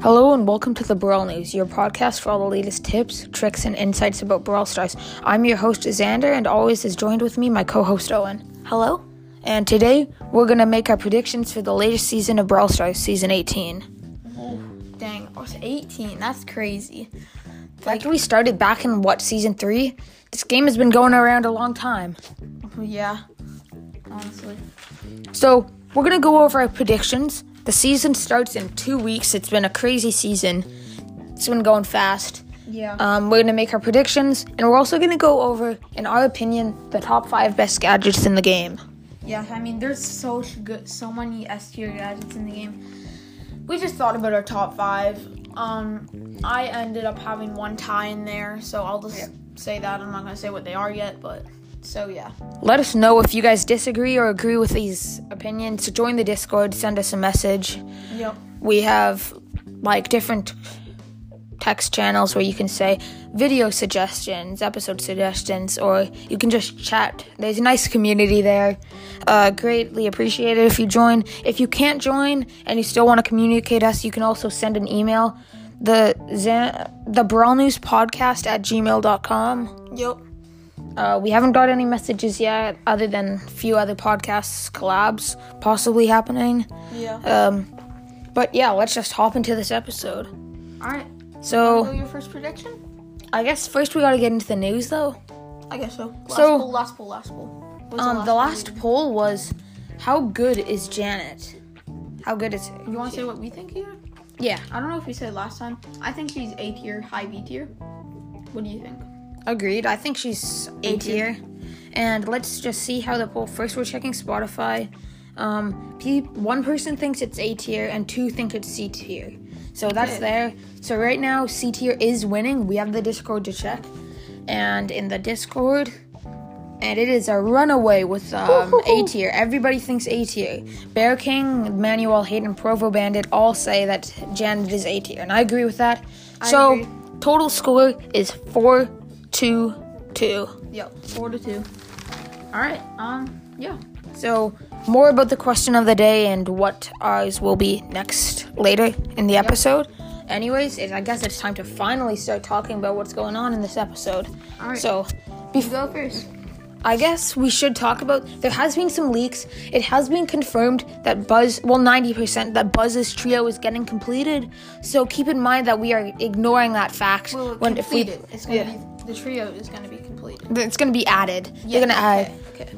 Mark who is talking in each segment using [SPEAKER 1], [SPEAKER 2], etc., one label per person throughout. [SPEAKER 1] Hello and welcome to the Brawl News, your podcast for all the latest tips, tricks, and insights about Brawl Stars. I'm your host, Xander, and always is joined with me my co host, Owen.
[SPEAKER 2] Hello?
[SPEAKER 1] And today, we're going to make our predictions for the latest season of Brawl Stars, Season 18.
[SPEAKER 2] Dang, I was 18. That's crazy.
[SPEAKER 1] After we started back in, what, Season 3? This game has been going around a long time.
[SPEAKER 2] Yeah. Honestly.
[SPEAKER 1] So, we're going to go over our predictions. The season starts in two weeks. It's been a crazy season, it's been going fast.
[SPEAKER 2] Yeah.
[SPEAKER 1] Um, we're going to make our predictions, and we're also going to go over, in our opinion, the top five best gadgets in the game.
[SPEAKER 2] yeah, I mean, there's so sh- good, so many S tier gadgets in the game. We just thought about our top five. Um, I ended up having one tie in there, so I'll just say that. I'm not gonna say what they are yet, but so yeah.
[SPEAKER 1] Let us know if you guys disagree or agree with these opinions. Join the Discord, send us a message.
[SPEAKER 2] Yep.
[SPEAKER 1] We have like different text channels where you can say video suggestions, episode suggestions, or you can just chat. There's a nice community there. Uh, greatly appreciate it if you join. If you can't join and you still want to communicate us, you can also send an email. The Zan- the Brawl News Podcast at gmail.com.
[SPEAKER 2] Yep.
[SPEAKER 1] Uh, we haven't got any messages yet, other than a few other podcasts collabs possibly happening.
[SPEAKER 2] Yeah.
[SPEAKER 1] Um, but yeah, let's just hop into this episode.
[SPEAKER 2] All right. Go
[SPEAKER 1] So
[SPEAKER 2] Uh, your first prediction.
[SPEAKER 1] I guess first we gotta get into the news though.
[SPEAKER 2] I guess so. Last
[SPEAKER 1] So-
[SPEAKER 2] poll, last poll, last poll. What was
[SPEAKER 1] Um, the
[SPEAKER 2] poll?
[SPEAKER 1] last poll was, how good is Janet? How good is
[SPEAKER 2] You want to say what we think here?
[SPEAKER 1] Yeah,
[SPEAKER 2] I don't know if we said last time. I think she's A tier, high B tier. What do you think?
[SPEAKER 1] agreed. I think she's A tier. And let's just see how the poll. First, we're checking Spotify. Um, pe- one person thinks it's A tier, and two think it's C tier. So that's
[SPEAKER 2] Okay.
[SPEAKER 1] there. So right now, C tier is winning. We have the Discord to check, and in the Discord, and it is a runaway with um, A tier. Everybody thinks A tier. Bear King, Manuel, Hayden, Provo Bandit all say that Janet is A tier, and I agree with that. so
[SPEAKER 2] agree.
[SPEAKER 1] total score is four, two, two.
[SPEAKER 2] Yep, four to two. All right. Um. Yeah.
[SPEAKER 1] So, more about the question of the day and what ours will be next later in the episode. Anyways, it, I guess it's time to finally start talking about what's going on in this episode.
[SPEAKER 2] Alright.
[SPEAKER 1] So,
[SPEAKER 2] You go first.
[SPEAKER 1] I guess we should talk about. There has been some leaks. It has been confirmed that Buzz, well, 90% that Buzz's trio is getting completed. So keep in mind that we are ignoring that fact
[SPEAKER 2] Well,
[SPEAKER 1] when if we
[SPEAKER 2] completed. it's gonna
[SPEAKER 1] yeah.
[SPEAKER 2] be the trio is gonna be completed.
[SPEAKER 1] it's going to be added. They're going to add.
[SPEAKER 2] Okay. okay.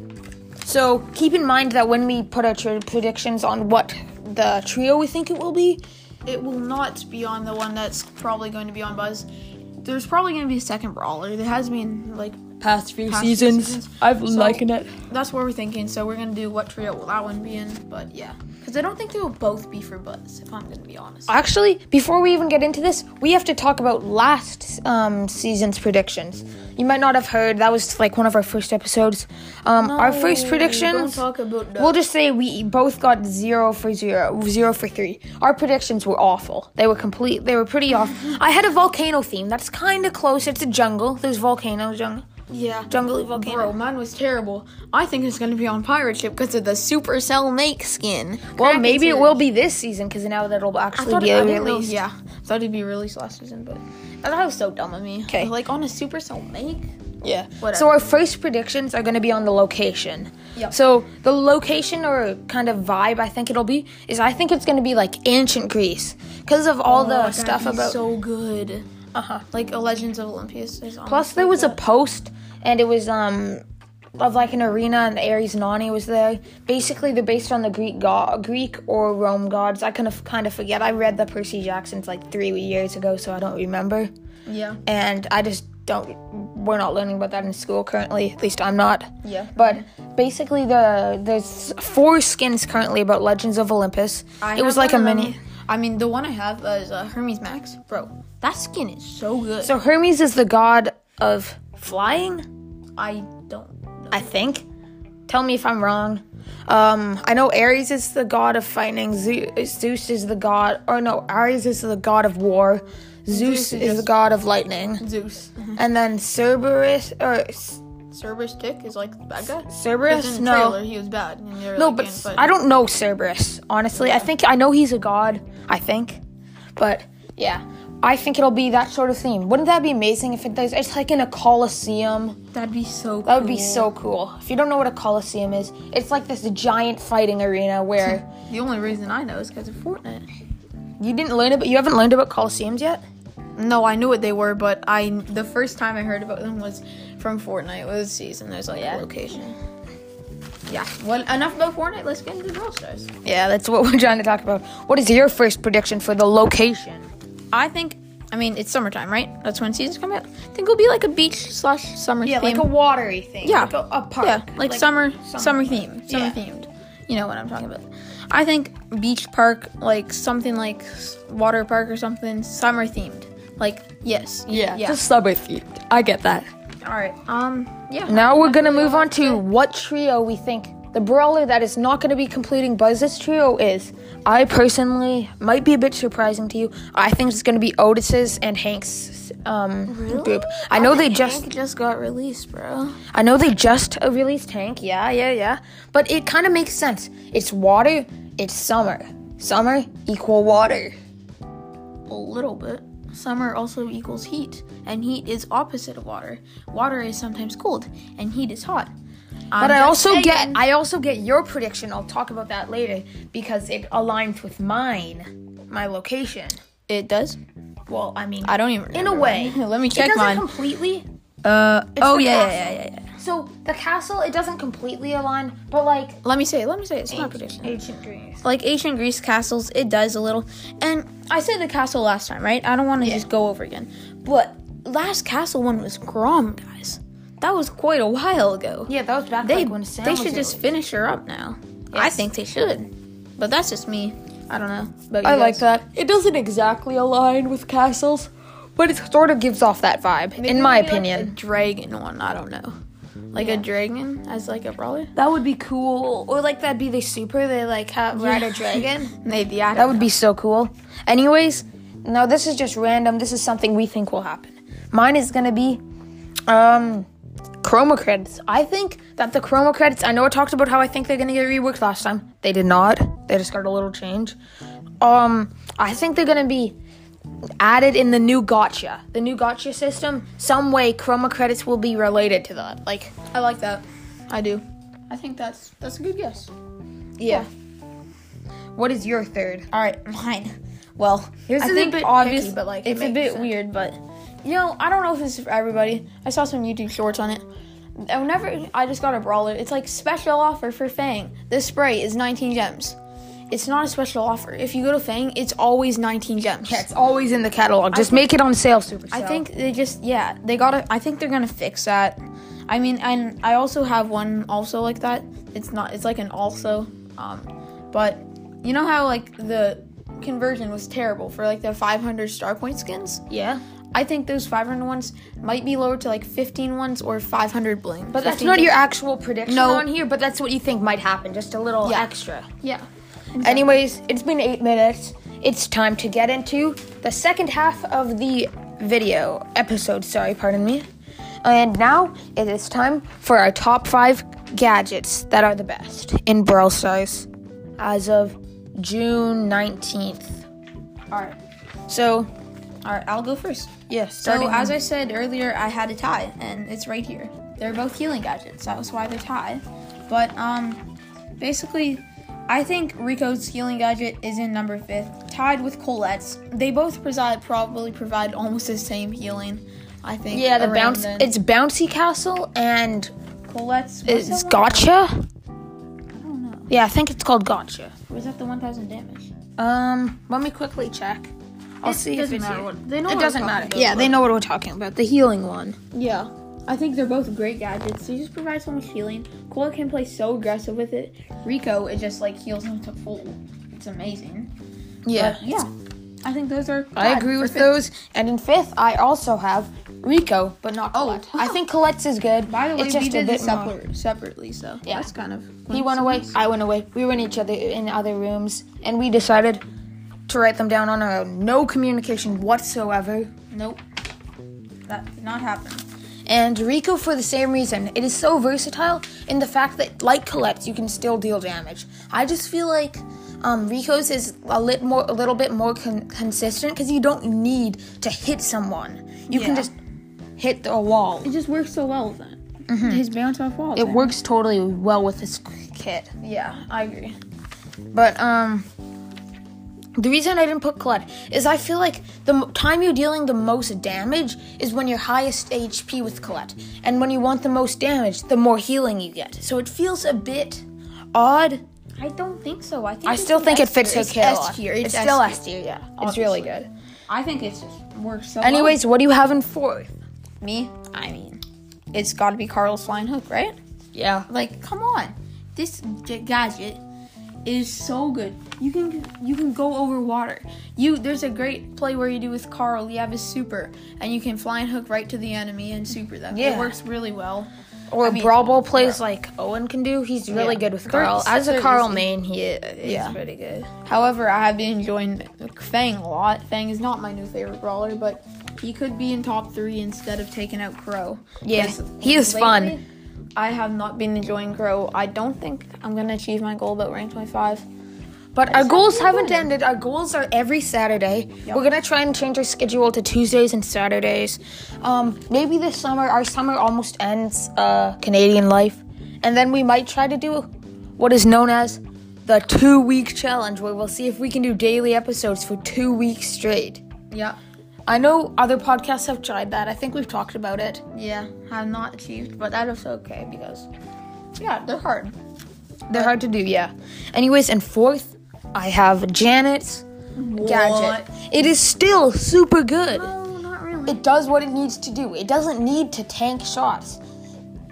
[SPEAKER 1] So keep in mind that when we put our tr- predictions on what the trio we think it will be,
[SPEAKER 2] It will not be on the one that's probably going to be on Buzz. There's probably gonna be a second brawler. There has been like
[SPEAKER 1] past few
[SPEAKER 2] past few seasons. So, That's what we're thinking. So we're gonna do what trio will that one be in? But yeah, because I don't think they will both be for Buzz. If I'm gonna be honest.
[SPEAKER 1] Actually, before we even get into this, we have to talk about last um, season's predictions. You might not have heard that was like one of our first episodes. Um, our first
[SPEAKER 2] No, Don't
[SPEAKER 1] predictions.
[SPEAKER 2] talk about that.
[SPEAKER 1] We'll just say we both got zero for zero, zero for three. Our predictions were awful. They were complete. They were pretty off. I had a volcano theme. That's kind of close. It's a jungle. There's volcanoes, jungle,
[SPEAKER 2] yeah.
[SPEAKER 1] jungle volcano.
[SPEAKER 2] Bro, mine was terrible. I think it's gonna be on pirate ship because of the Supercell make skin.
[SPEAKER 1] Well, maybe it will be this season because now that'll actually
[SPEAKER 2] Thought it,
[SPEAKER 1] be
[SPEAKER 2] I didn't know,
[SPEAKER 1] released.
[SPEAKER 2] yeah, thought it'd be released last season, but I thought it was so dumb of me.
[SPEAKER 1] 'Kay.
[SPEAKER 2] like on a Supercell make.
[SPEAKER 1] Yeah. So
[SPEAKER 2] Whatever.
[SPEAKER 1] our first predictions are going to be on the location.
[SPEAKER 2] Yep.
[SPEAKER 1] So the location or kind of vibe I think it'll be is I think it's going to be like ancient Greece because of all the stuff about.
[SPEAKER 2] Oh,
[SPEAKER 1] Uh-huh.
[SPEAKER 2] so good. Uh huh. Like a Legends of Olympus is on.
[SPEAKER 1] Plus there was a post and it was um of like an arena and Ares Nani was there. Basically they're based on the Greek god, Greek or Rome gods. I kind of kind of forget. I read the Percy Jacksons like three years ago, so I don't remember.
[SPEAKER 2] yeah.
[SPEAKER 1] and I just don't. We're not learning about that in school currently. At least I'm not.
[SPEAKER 2] Yeah.
[SPEAKER 1] But basically, the there's four skins currently about Legends of Olympus.
[SPEAKER 2] I
[SPEAKER 1] it was
[SPEAKER 2] have
[SPEAKER 1] like a
[SPEAKER 2] one um, of
[SPEAKER 1] mini.
[SPEAKER 2] them. I mean, the one I have is uh, Hermes Max, bro. That skin is so good.
[SPEAKER 1] So Hermes is the god of flying,
[SPEAKER 2] I don't. know.
[SPEAKER 1] I think. Tell me if I'm wrong. Um, I know Ares is the god of fighting. Ze- Zeus is the god, or no, Ares is the god of war. Zeus,
[SPEAKER 2] Zeus is
[SPEAKER 1] is the
[SPEAKER 2] just- Mm-hmm.
[SPEAKER 1] god of lightning,
[SPEAKER 2] Zeus.
[SPEAKER 1] and then Cerberus or S-
[SPEAKER 2] Cerberus Tick is like the bad guy. Because
[SPEAKER 1] Cerberus?
[SPEAKER 2] in the
[SPEAKER 1] No,
[SPEAKER 2] trailer, he was bad. and they were
[SPEAKER 1] No,
[SPEAKER 2] like,
[SPEAKER 1] but
[SPEAKER 2] in,
[SPEAKER 1] I don't know Cerberus, honestly. I think I know he's a god, I think. But Yeah, I think it'll be that sort of theme. Wouldn't that be amazing if it does? It's like in a coliseum.
[SPEAKER 2] That'd be so.
[SPEAKER 1] That would be so cool. If you don't know what a coliseum is, it's like this giant fighting arena where
[SPEAKER 2] The only reason I know is because of Fortnite.
[SPEAKER 1] you didn't learn about. You haven't learned about coliseums yet.
[SPEAKER 2] No, I knew what they were, but I the first time I heard about them was from Fortnite. Was season. There's like
[SPEAKER 1] Yeah.
[SPEAKER 2] a location. Yeah. Well, enough about Fortnite. Let's get into Brawl Stars.
[SPEAKER 1] Yeah, that's what we're trying to talk about. What is your first prediction for the location?
[SPEAKER 2] I think. I mean, it's summertime, right? That's when seasons come out. I think it'll be like a beach slash summer. theme.
[SPEAKER 1] watery thing.
[SPEAKER 2] Yeah.
[SPEAKER 1] like a, a park.
[SPEAKER 2] Yeah, like, summer,
[SPEAKER 1] summer
[SPEAKER 2] summer,
[SPEAKER 1] park.
[SPEAKER 2] theme, summer
[SPEAKER 1] Yeah.
[SPEAKER 2] themed. You know what I'm talking about. I think beach park, like something like s- water park or something, summer themed. Like yes, y-
[SPEAKER 1] Yeah,
[SPEAKER 2] yeah.
[SPEAKER 1] just summer themed. I get that.
[SPEAKER 2] All right. Um, yeah.
[SPEAKER 1] Now we're gonna move on to what trio we think the brawler that is not gonna be completing Buzz's trio is. I personally might be a bit surprising to you. I think it's gonna be Otis's and Hank's um, group. I know they just
[SPEAKER 2] just got released, bro.
[SPEAKER 1] I know they just uh, released Hank. Yeah, yeah, yeah. But it kind of makes sense. It's water. It's summer. Summer equal water.
[SPEAKER 2] A little bit. Summer also equals heat, and heat is opposite of water. Water is sometimes cold, and heat is hot.
[SPEAKER 1] But I also get I also get your prediction. I'll talk about that later because it aligns with mine, my location.
[SPEAKER 2] it does.
[SPEAKER 1] Well, I mean,
[SPEAKER 2] I don't even.
[SPEAKER 1] in a way.
[SPEAKER 2] Let me
[SPEAKER 1] it
[SPEAKER 2] check
[SPEAKER 1] doesn't
[SPEAKER 2] mine.
[SPEAKER 1] completely.
[SPEAKER 2] uh. Oh
[SPEAKER 1] the castle.
[SPEAKER 2] yeah, yeah, yeah, yeah, yeah.
[SPEAKER 1] So the castle, it doesn't completely align, but like
[SPEAKER 2] Let me say. it, Let me say. it, It's not prediction.
[SPEAKER 1] ancient Greece.
[SPEAKER 2] like ancient Greece castles, it does a little. And I said the castle last time, right? I don't want to just go over again. But last castle one was Grom, guys. That was quite a while ago.
[SPEAKER 1] Yeah, that was back
[SPEAKER 2] they
[SPEAKER 1] like, when Sam
[SPEAKER 2] they
[SPEAKER 1] was
[SPEAKER 2] should
[SPEAKER 1] here.
[SPEAKER 2] just finish her up now. I think they should, but that's just me. I don't know. But
[SPEAKER 1] I like that. It doesn't exactly align with castles, but it sort of gives off that vibe, in my opinion.
[SPEAKER 2] dragon one. I don't know. Like a dragon as like a brawler.
[SPEAKER 1] that would be cool, or like that'd be the super. They like have ride a dragon.
[SPEAKER 2] Maybe I. Don't
[SPEAKER 1] That would be so cool. Anyways, now this is just random. This is something we think will happen. Mine is gonna be um chroma credits. I think that the chroma credits, I know I talked about how I think they're gonna get reworked last time. They did not. They just got a little change. Um I think they're gonna be added in the new gotcha. The new gotcha system, some way chroma credits will be related to that. Like
[SPEAKER 2] I like that. I do. I think that's that's a good guess.
[SPEAKER 1] yeah. What is your third?
[SPEAKER 2] All right, mine. Well,
[SPEAKER 1] Yours
[SPEAKER 2] I
[SPEAKER 1] is a
[SPEAKER 2] think
[SPEAKER 1] bit
[SPEAKER 2] obvious-
[SPEAKER 1] picky, but, like, it
[SPEAKER 2] it's a
[SPEAKER 1] makes
[SPEAKER 2] bit
[SPEAKER 1] sense.
[SPEAKER 2] weird, but you know, I don't know if this is for everybody. I saw some YouTube shorts on it. I Whenever I just got a brawler, it's like special offer for Fang. This spray is 19 gems. It's not a special offer. If you go to Fang, it's always 19 gems.
[SPEAKER 1] It's always in the catalog. Just make it on sale, Supercell.
[SPEAKER 2] I think they just yeah they gotta. I think they're gonna fix that. I mean, and I also have one also like that. It's not. It's like an also. Um, but you know how like the conversion was terrible for like the 500 star point skins.
[SPEAKER 1] yeah.
[SPEAKER 2] I think those 500 ones might be lowered to like 15 ones or 500 bling.
[SPEAKER 1] But that's not your actual prediction
[SPEAKER 2] No.
[SPEAKER 1] on here, but that's what you think might happen. Just a little
[SPEAKER 2] Yeah.
[SPEAKER 1] extra.
[SPEAKER 2] yeah.
[SPEAKER 1] Anyways, it's been eight minutes. It's time to get into the second half of the video episode. Sorry, pardon me. And now it is time for our top five gadgets that are the best in Brawl Stars as of June 19th.
[SPEAKER 2] All right.
[SPEAKER 1] So,
[SPEAKER 2] All right. I'll go first.
[SPEAKER 1] yes,
[SPEAKER 2] So as I said earlier, I had a tie, and it's right here. They're both healing gadgets. That was why they're tie. But um, basically, I think Rico's healing gadget is in number fifth, tied with Colette's. They both preside probably provide almost the same healing. I think.
[SPEAKER 1] yeah, the
[SPEAKER 2] around
[SPEAKER 1] bounce
[SPEAKER 2] then.
[SPEAKER 1] it's bouncy castle and
[SPEAKER 2] Colette's. Was
[SPEAKER 1] It's
[SPEAKER 2] that one-
[SPEAKER 1] Gotcha.
[SPEAKER 2] I don't know.
[SPEAKER 1] Yeah, I think it's called Gotcha.
[SPEAKER 2] Was that the 1,000 damage?
[SPEAKER 1] Um, let me quickly check. I'll
[SPEAKER 2] It
[SPEAKER 1] see if
[SPEAKER 2] doesn't
[SPEAKER 1] it's
[SPEAKER 2] matter
[SPEAKER 1] here.
[SPEAKER 2] what- they know
[SPEAKER 1] it
[SPEAKER 2] what
[SPEAKER 1] doesn't
[SPEAKER 2] we're
[SPEAKER 1] matter.
[SPEAKER 2] talking about,
[SPEAKER 1] Yeah, they know what we're talking about. The healing one.
[SPEAKER 2] Yeah. I think they're both great gadgets. They just provide so much healing. Cole can play so aggressive with it. Rico, it just like heals him to full. It's amazing.
[SPEAKER 1] Yeah.
[SPEAKER 2] But, yeah. I think those are.
[SPEAKER 1] I
[SPEAKER 2] bad
[SPEAKER 1] agree
[SPEAKER 2] for
[SPEAKER 1] with
[SPEAKER 2] fit-
[SPEAKER 1] those. And in fifth, I also have Rico, but not Colette. Oh, I think Colette's is good.
[SPEAKER 2] By the way,
[SPEAKER 1] it's just
[SPEAKER 2] we did
[SPEAKER 1] a bit
[SPEAKER 2] this
[SPEAKER 1] more-
[SPEAKER 2] separ- separately, so
[SPEAKER 1] Yeah.
[SPEAKER 2] that's kind of.
[SPEAKER 1] He went away. I went away. We were in each other in other rooms, and we decided to write them down on our own. No communication whatsoever.
[SPEAKER 2] Nope. That did not happen.
[SPEAKER 1] and Rico for the same reason. It is so versatile in the fact that, like Colette, you can still deal damage. I just feel like um, Rico's is a, lit more, a little bit more con- consistent because you don't need to hit someone. You
[SPEAKER 2] Yeah.
[SPEAKER 1] can just hit a wall.
[SPEAKER 2] It just works so well with that. His bounce off wall.
[SPEAKER 1] Mm-hmm. It works totally well with this kit.
[SPEAKER 2] Yeah, I agree.
[SPEAKER 1] But um, the reason I didn't put Colette is I feel like the m- time you're dealing the most damage is when you're highest HP with Colette, and when you want the most damage, the more healing you get. So it feels a bit odd.
[SPEAKER 2] I don't think so. I think
[SPEAKER 1] I
[SPEAKER 2] it's
[SPEAKER 1] still
[SPEAKER 2] an
[SPEAKER 1] think it
[SPEAKER 2] S tier.
[SPEAKER 1] fits her
[SPEAKER 2] It's
[SPEAKER 1] kit. a lot.
[SPEAKER 2] S tier.
[SPEAKER 1] It's still
[SPEAKER 2] S
[SPEAKER 1] S tier. Yeah, it's really good.
[SPEAKER 2] I think it just works so.
[SPEAKER 1] Anyways, what do you have in fourth?
[SPEAKER 2] well. me, I mean, it's got to be Carlos flying hook, right?
[SPEAKER 1] Yeah.
[SPEAKER 2] Like, come on, this g- gadget is so good. You can you can go over water. You there's a great play where you do with Carl. You have his super, and you can fly and hook right to the enemy and super them. It
[SPEAKER 1] Yeah.
[SPEAKER 2] works really well.
[SPEAKER 1] Or
[SPEAKER 2] I mean,
[SPEAKER 1] Brawl Ball plays like Owen can do. He's really
[SPEAKER 2] Yeah.
[SPEAKER 1] good with
[SPEAKER 2] They're-
[SPEAKER 1] Carl. As a
[SPEAKER 2] they're
[SPEAKER 1] Carl
[SPEAKER 2] easy.
[SPEAKER 1] main, he is
[SPEAKER 2] Yeah.
[SPEAKER 1] pretty good.
[SPEAKER 2] However, I have been enjoying Fang a lot. Fang is not my new favorite brawler, but he could be in top three instead of taking out Crow.
[SPEAKER 1] Yeah,
[SPEAKER 2] 'Cause
[SPEAKER 1] he is
[SPEAKER 2] lately,
[SPEAKER 1] fun.
[SPEAKER 2] I have not been enjoying Crow. I don't think I'm gonna achieve my goal about rank 25.
[SPEAKER 1] But our goals haven't ended. Our goals are every Saturday. We're gonna try and change our schedule to Tuesdays and Saturdays. Um, maybe this summer, our summer almost ends uh, Canadian life, and then we might try to do what is known as the two-week challenge, where we'll see if we can do daily episodes for two weeks straight.
[SPEAKER 2] Yeah,
[SPEAKER 1] I know other podcasts have tried that. I think we've talked about it.
[SPEAKER 2] yeah, have not achieved, but that is okay because yeah, they're hard.
[SPEAKER 1] They're hard to do, yeah. Anyways, and fourth, I have Janet's gadget. It is still super good.
[SPEAKER 2] No, not really.
[SPEAKER 1] it does what it needs to do. It doesn't need to tank shots.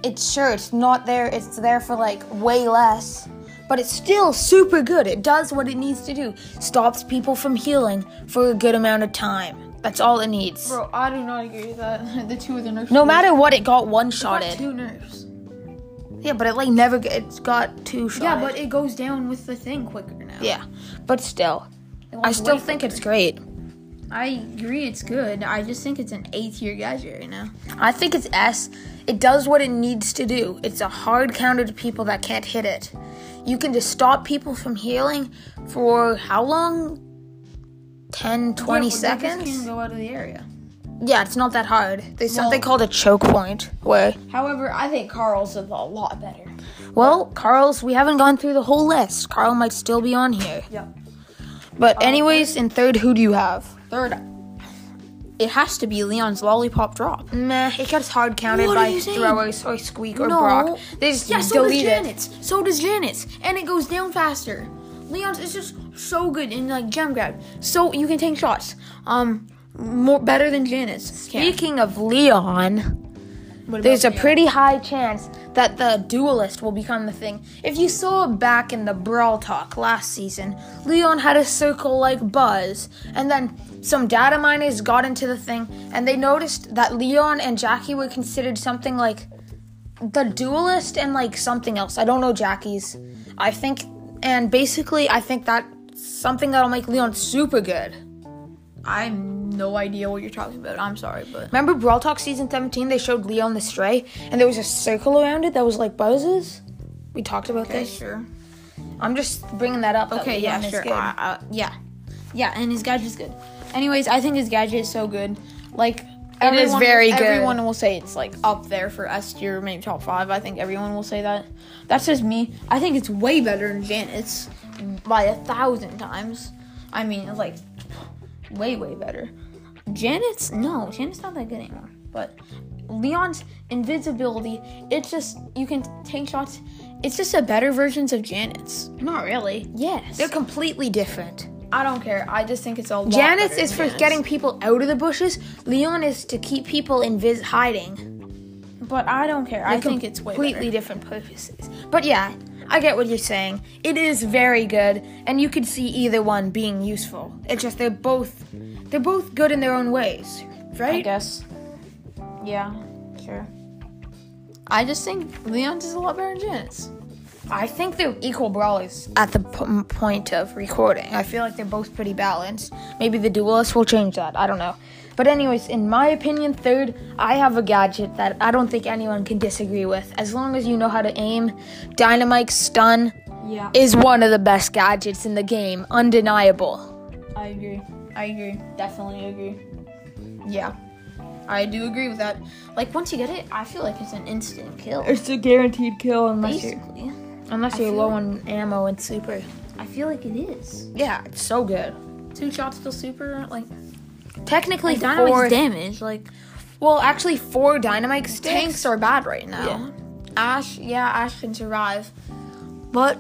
[SPEAKER 1] It's sure it's not there. It's there for like way less, but it's still super good. It does what it needs to do. Stops people from healing for a good amount of time. That's all it needs.
[SPEAKER 2] Bro, I do not agree with that. the two of the nurse.
[SPEAKER 1] No matter what, it got one
[SPEAKER 2] Not
[SPEAKER 1] shotted.
[SPEAKER 2] two nurse.
[SPEAKER 1] Yeah, but it like never. g- It's got two shotted.
[SPEAKER 2] Yeah, but it goes down with the thing quicker now.
[SPEAKER 1] yeah, but still,
[SPEAKER 2] It
[SPEAKER 1] I
[SPEAKER 2] wants
[SPEAKER 1] still
[SPEAKER 2] way
[SPEAKER 1] think
[SPEAKER 2] quicker.
[SPEAKER 1] it's great.
[SPEAKER 2] I agree, it's good. I just think it's an A tier gadget right now.
[SPEAKER 1] I think it's S. It does what it needs to do. It's a hard counter to people that can't hit it. You can just stop people from healing for how long? 10, 20
[SPEAKER 2] Can
[SPEAKER 1] seconds?
[SPEAKER 2] go out of the area.
[SPEAKER 1] Yeah, it's not that hard. There's something
[SPEAKER 2] Well-
[SPEAKER 1] called a choke point where,
[SPEAKER 2] However, I think Carl's a lot better.
[SPEAKER 1] well, Carl's, we haven't gone through the whole list. Carl might still be on here.
[SPEAKER 2] Yep.
[SPEAKER 1] But, anyways, in third, who do you have?
[SPEAKER 2] Third, it has to be Leon's lollipop drop.
[SPEAKER 1] Meh, it gets hard counted
[SPEAKER 2] What are
[SPEAKER 1] by
[SPEAKER 2] you saying?
[SPEAKER 1] throwers or squeak or
[SPEAKER 2] No.
[SPEAKER 1] Brock. They just
[SPEAKER 2] Yeah, so does
[SPEAKER 1] delete it.
[SPEAKER 2] Janet's. So does Janet's, and it goes down faster. Leon's is just so good in like gem grab, so you can take shots. Um, more better than Janet's.
[SPEAKER 1] Speaking of Leon.
[SPEAKER 2] What about
[SPEAKER 1] There's a
[SPEAKER 2] Leon?
[SPEAKER 1] pretty high chance that the duelist will become the thing. If you saw it back in the Brawl Talk last season, Leon had a circle like Buzz, and then some data miners got into the thing and they noticed that Leon and Jackie were considered something like the duelist and like something else. I don't know Jackie's. I think, and basically, I think that's something that'll make Leon super good.
[SPEAKER 2] I have no idea what you're talking about. I'm sorry, but
[SPEAKER 1] Remember Brawl Talk season 17? They showed Leon the Stray, and there was a circle around it that was like buzzes. We talked about this.
[SPEAKER 2] sure.
[SPEAKER 1] I'm just bringing that up. that
[SPEAKER 2] Okay,
[SPEAKER 1] Leon
[SPEAKER 2] yeah,
[SPEAKER 1] is
[SPEAKER 2] sure.
[SPEAKER 1] good.
[SPEAKER 2] I- I- yeah, yeah, and his gadget's good. Anyways, I think his gadget is so good. Like,
[SPEAKER 1] is
[SPEAKER 2] everyone-
[SPEAKER 1] very good.
[SPEAKER 2] Everyone will say it's like up there for S tier, maybe top five. I think everyone will say that. That's just me. I think it's way better than Janet's by a thousand times. I mean, it's like way, way better. Janet's no, Janet's not that good anymore. But Leon's invincibility, it's just you can take shots. It's just a better versions of Janet's.
[SPEAKER 1] Not really.
[SPEAKER 2] Yes.
[SPEAKER 1] They're completely different.
[SPEAKER 2] I don't care. I just think it's a lot.
[SPEAKER 1] Janet's
[SPEAKER 2] better
[SPEAKER 1] is for
[SPEAKER 2] than Janet's.
[SPEAKER 1] getting people out of the bushes. Leon is to keep people in vis- hiding.
[SPEAKER 2] but I don't care. I think it's way
[SPEAKER 1] completely
[SPEAKER 2] better.
[SPEAKER 1] different purposes. But yeah, I get what you're saying. It is very good, and you could see either one being useful. It's just they're both they're both good in their own ways,
[SPEAKER 2] I
[SPEAKER 1] right?
[SPEAKER 2] guess. Yeah, sure. I just think Leon's is a lot better than Janet's.
[SPEAKER 1] I think they're equal brawlers at the p- point of recording. I feel like they're both pretty balanced. Maybe the duelist will change that. I don't know. But anyways, in my opinion, third, I have a gadget that I don't think anyone can disagree with. As long as you know how to aim, Dynamite Stun
[SPEAKER 2] Yeah.
[SPEAKER 1] is one of the best gadgets in the game, undeniable.
[SPEAKER 2] I agree. I agree. Definitely agree. Yeah. I do agree with that. Like once you get it, I feel like it's an instant kill.
[SPEAKER 1] It's a guaranteed kill unless
[SPEAKER 2] Basically.
[SPEAKER 1] unless
[SPEAKER 2] I
[SPEAKER 1] you're
[SPEAKER 2] feel
[SPEAKER 1] low on ammo and super.
[SPEAKER 2] I feel like it is.
[SPEAKER 1] Yeah, it's so good.
[SPEAKER 2] Two shots still super like
[SPEAKER 1] Technically,
[SPEAKER 2] like dynamite's
[SPEAKER 1] four.
[SPEAKER 2] damage. Like
[SPEAKER 1] well, actually, four dynamite sticks.
[SPEAKER 2] tanks are bad right now. Um, Ash yeah, Ash can survive. But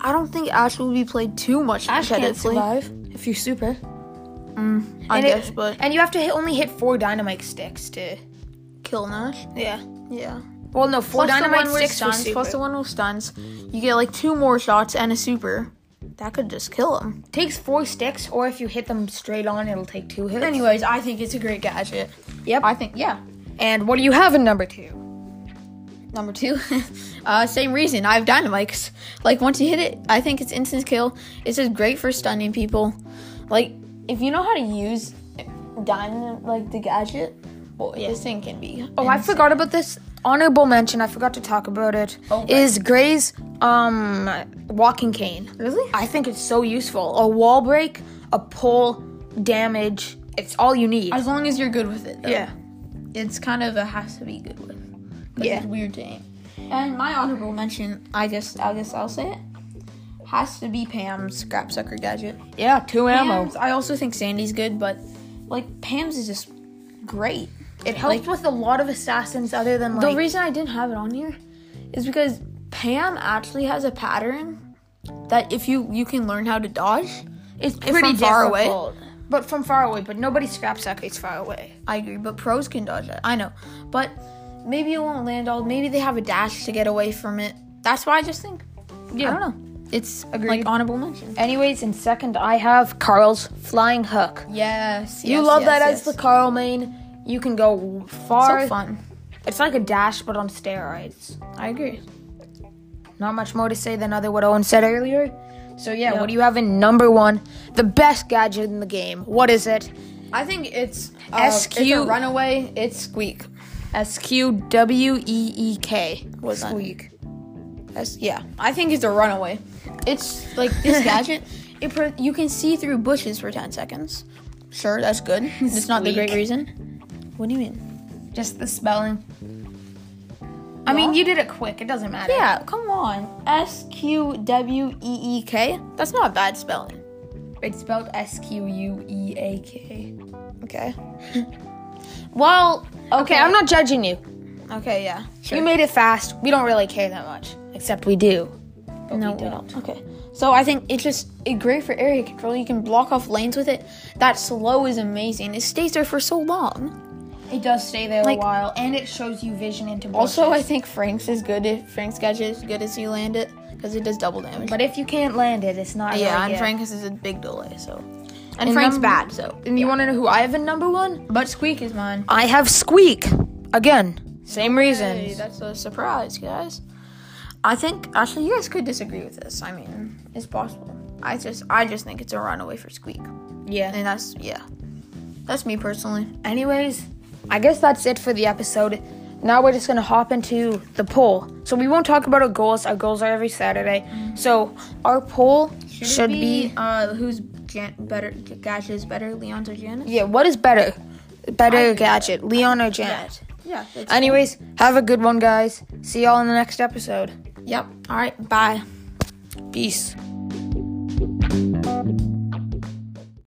[SPEAKER 2] I don't think Ash will be played too much
[SPEAKER 1] Ash can't
[SPEAKER 2] competitively.
[SPEAKER 1] survive if you're super.
[SPEAKER 2] I
[SPEAKER 1] And it-
[SPEAKER 2] guess, but
[SPEAKER 1] and you have to hit, only hit four dynamite sticks to.
[SPEAKER 2] kill Nash.
[SPEAKER 1] Yeah.
[SPEAKER 2] Yeah.
[SPEAKER 1] Well, no, four
[SPEAKER 2] Plus the
[SPEAKER 1] dynamite
[SPEAKER 2] one with
[SPEAKER 1] sticks for
[SPEAKER 2] stuns,
[SPEAKER 1] super.
[SPEAKER 2] plus the one with stuns. You get like two more shots and a super. That could just kill him.
[SPEAKER 1] takes four sticks, or if you hit them straight on, it'll take two hits.
[SPEAKER 2] Anyways, I think it's a great gadget.
[SPEAKER 1] Yep.
[SPEAKER 2] I think yeah.
[SPEAKER 1] And what do you have in number two?
[SPEAKER 2] Number two, uh, same reason. I have dynamites. Like once you hit it, I think it's instant kill. It's just great for stunning people. Like if you know how to use dynamite, like the gadget, well, this thing can be.
[SPEAKER 1] Oh, I forgot about this honorable mention. I forgot to talk about it. Is
[SPEAKER 2] Okay.
[SPEAKER 1] Gray's um walking cane?
[SPEAKER 2] really?
[SPEAKER 1] I think it's so useful. A wall break, a pull, damage. It's all you need.
[SPEAKER 2] As long as you're good with it. Though.
[SPEAKER 1] yeah.
[SPEAKER 2] it's kind of a has to be good with. 'cause
[SPEAKER 1] Yeah.
[SPEAKER 2] It's weird to aim. And my honorable mention, I guess I guess I'll say it, has to be Pam's scrapsucker gadget.
[SPEAKER 1] Yeah. Two
[SPEAKER 2] Pam's, I also think Sandy's good, but like Pam's is just great.
[SPEAKER 1] It helped with a lot of assassins, other than like.
[SPEAKER 2] the reason I didn't have it on here is because Pam actually has a pattern that if you you can learn how to dodge, it's
[SPEAKER 1] pretty
[SPEAKER 2] from far away.
[SPEAKER 1] difficult. But from far away, but nobody scrap suckers far away.
[SPEAKER 2] I agree, but pros can dodge that. I know, but maybe it won't land all. Maybe they have a dash to get away from it. That's why I just think.
[SPEAKER 1] Yeah.
[SPEAKER 2] I don't know. It's
[SPEAKER 1] Agreed.
[SPEAKER 2] like honorable mention.
[SPEAKER 1] Anyways, in second, I have Carl's flying hook.
[SPEAKER 2] Yes,
[SPEAKER 1] You love that as the Carl main. You can go far.
[SPEAKER 2] so fun.
[SPEAKER 1] It's like a dash, but on steroids.
[SPEAKER 2] I agree.
[SPEAKER 1] Not much more to say than other what Owen said earlier. So yeah,
[SPEAKER 2] Yep.
[SPEAKER 1] what do you have in number one? The best gadget in the game. What is it?
[SPEAKER 2] I think it's uh,
[SPEAKER 1] SQ.
[SPEAKER 2] It's a runaway. It's squeak.
[SPEAKER 1] S Q W E E K.
[SPEAKER 2] What's that?
[SPEAKER 1] Squeak.
[SPEAKER 2] That's, yeah, I think it's a runaway. It's like this gadget. It pro- you can see through bushes for ten seconds. Sure, that's good. It's not the great
[SPEAKER 1] Squeak.
[SPEAKER 2] reason. What do you mean?
[SPEAKER 1] Just the spelling. I mean, you did it quick. It doesn't matter.
[SPEAKER 2] Yeah, come on. S Q W E E K. That's not bad spelling.
[SPEAKER 1] It's spelled S Q U E A K.
[SPEAKER 2] Okay. well,
[SPEAKER 1] Okay, I'm not judging you.
[SPEAKER 2] Okay, yeah.
[SPEAKER 1] You made it fast. We don't really care that much, except we do. But
[SPEAKER 2] No, we don't. Okay. So I think it's just it great for area control. You can block off lanes with it. That slow is amazing. It stays there for so long.
[SPEAKER 1] It does stay there
[SPEAKER 2] Like-
[SPEAKER 1] a while, and it shows you vision into bushes.
[SPEAKER 2] Also, I think Frank's is good. If Frank's gadget is good as you land it because it does double damage.
[SPEAKER 1] but if you can't land it, it's not.
[SPEAKER 2] yeah,
[SPEAKER 1] really
[SPEAKER 2] and
[SPEAKER 1] good.
[SPEAKER 2] Frank's is a big delay. So and,
[SPEAKER 1] And
[SPEAKER 2] Frank's
[SPEAKER 1] num-
[SPEAKER 2] bad. So
[SPEAKER 1] And you want to know who I have in number one?
[SPEAKER 2] but Squeak is mine.
[SPEAKER 1] I have Squeak. Again, same
[SPEAKER 2] Hey,
[SPEAKER 1] reasons.
[SPEAKER 2] that's a surprise, guys. I think actually you guys could disagree with this. I mean, it's possible. I just I just think it's a runaway for Squeak,
[SPEAKER 1] yeah.
[SPEAKER 2] and that's yeah, that's me personally.
[SPEAKER 1] Anyways, I guess that's it for the episode. Now we're just gonna hop into the poll. So we won't talk about our goals. Our goals are every Saturday. So our poll Mm-hmm. should, be
[SPEAKER 2] uh who's Jan- better Gash is better Leon's or Janet?
[SPEAKER 1] Yeah, what is better? Better gadget, Leon or Janet?
[SPEAKER 2] Yeah. that's-
[SPEAKER 1] Anyways, have a good one, guys. See y'all in the next episode.
[SPEAKER 2] yep. All right. Bye.
[SPEAKER 1] Peace.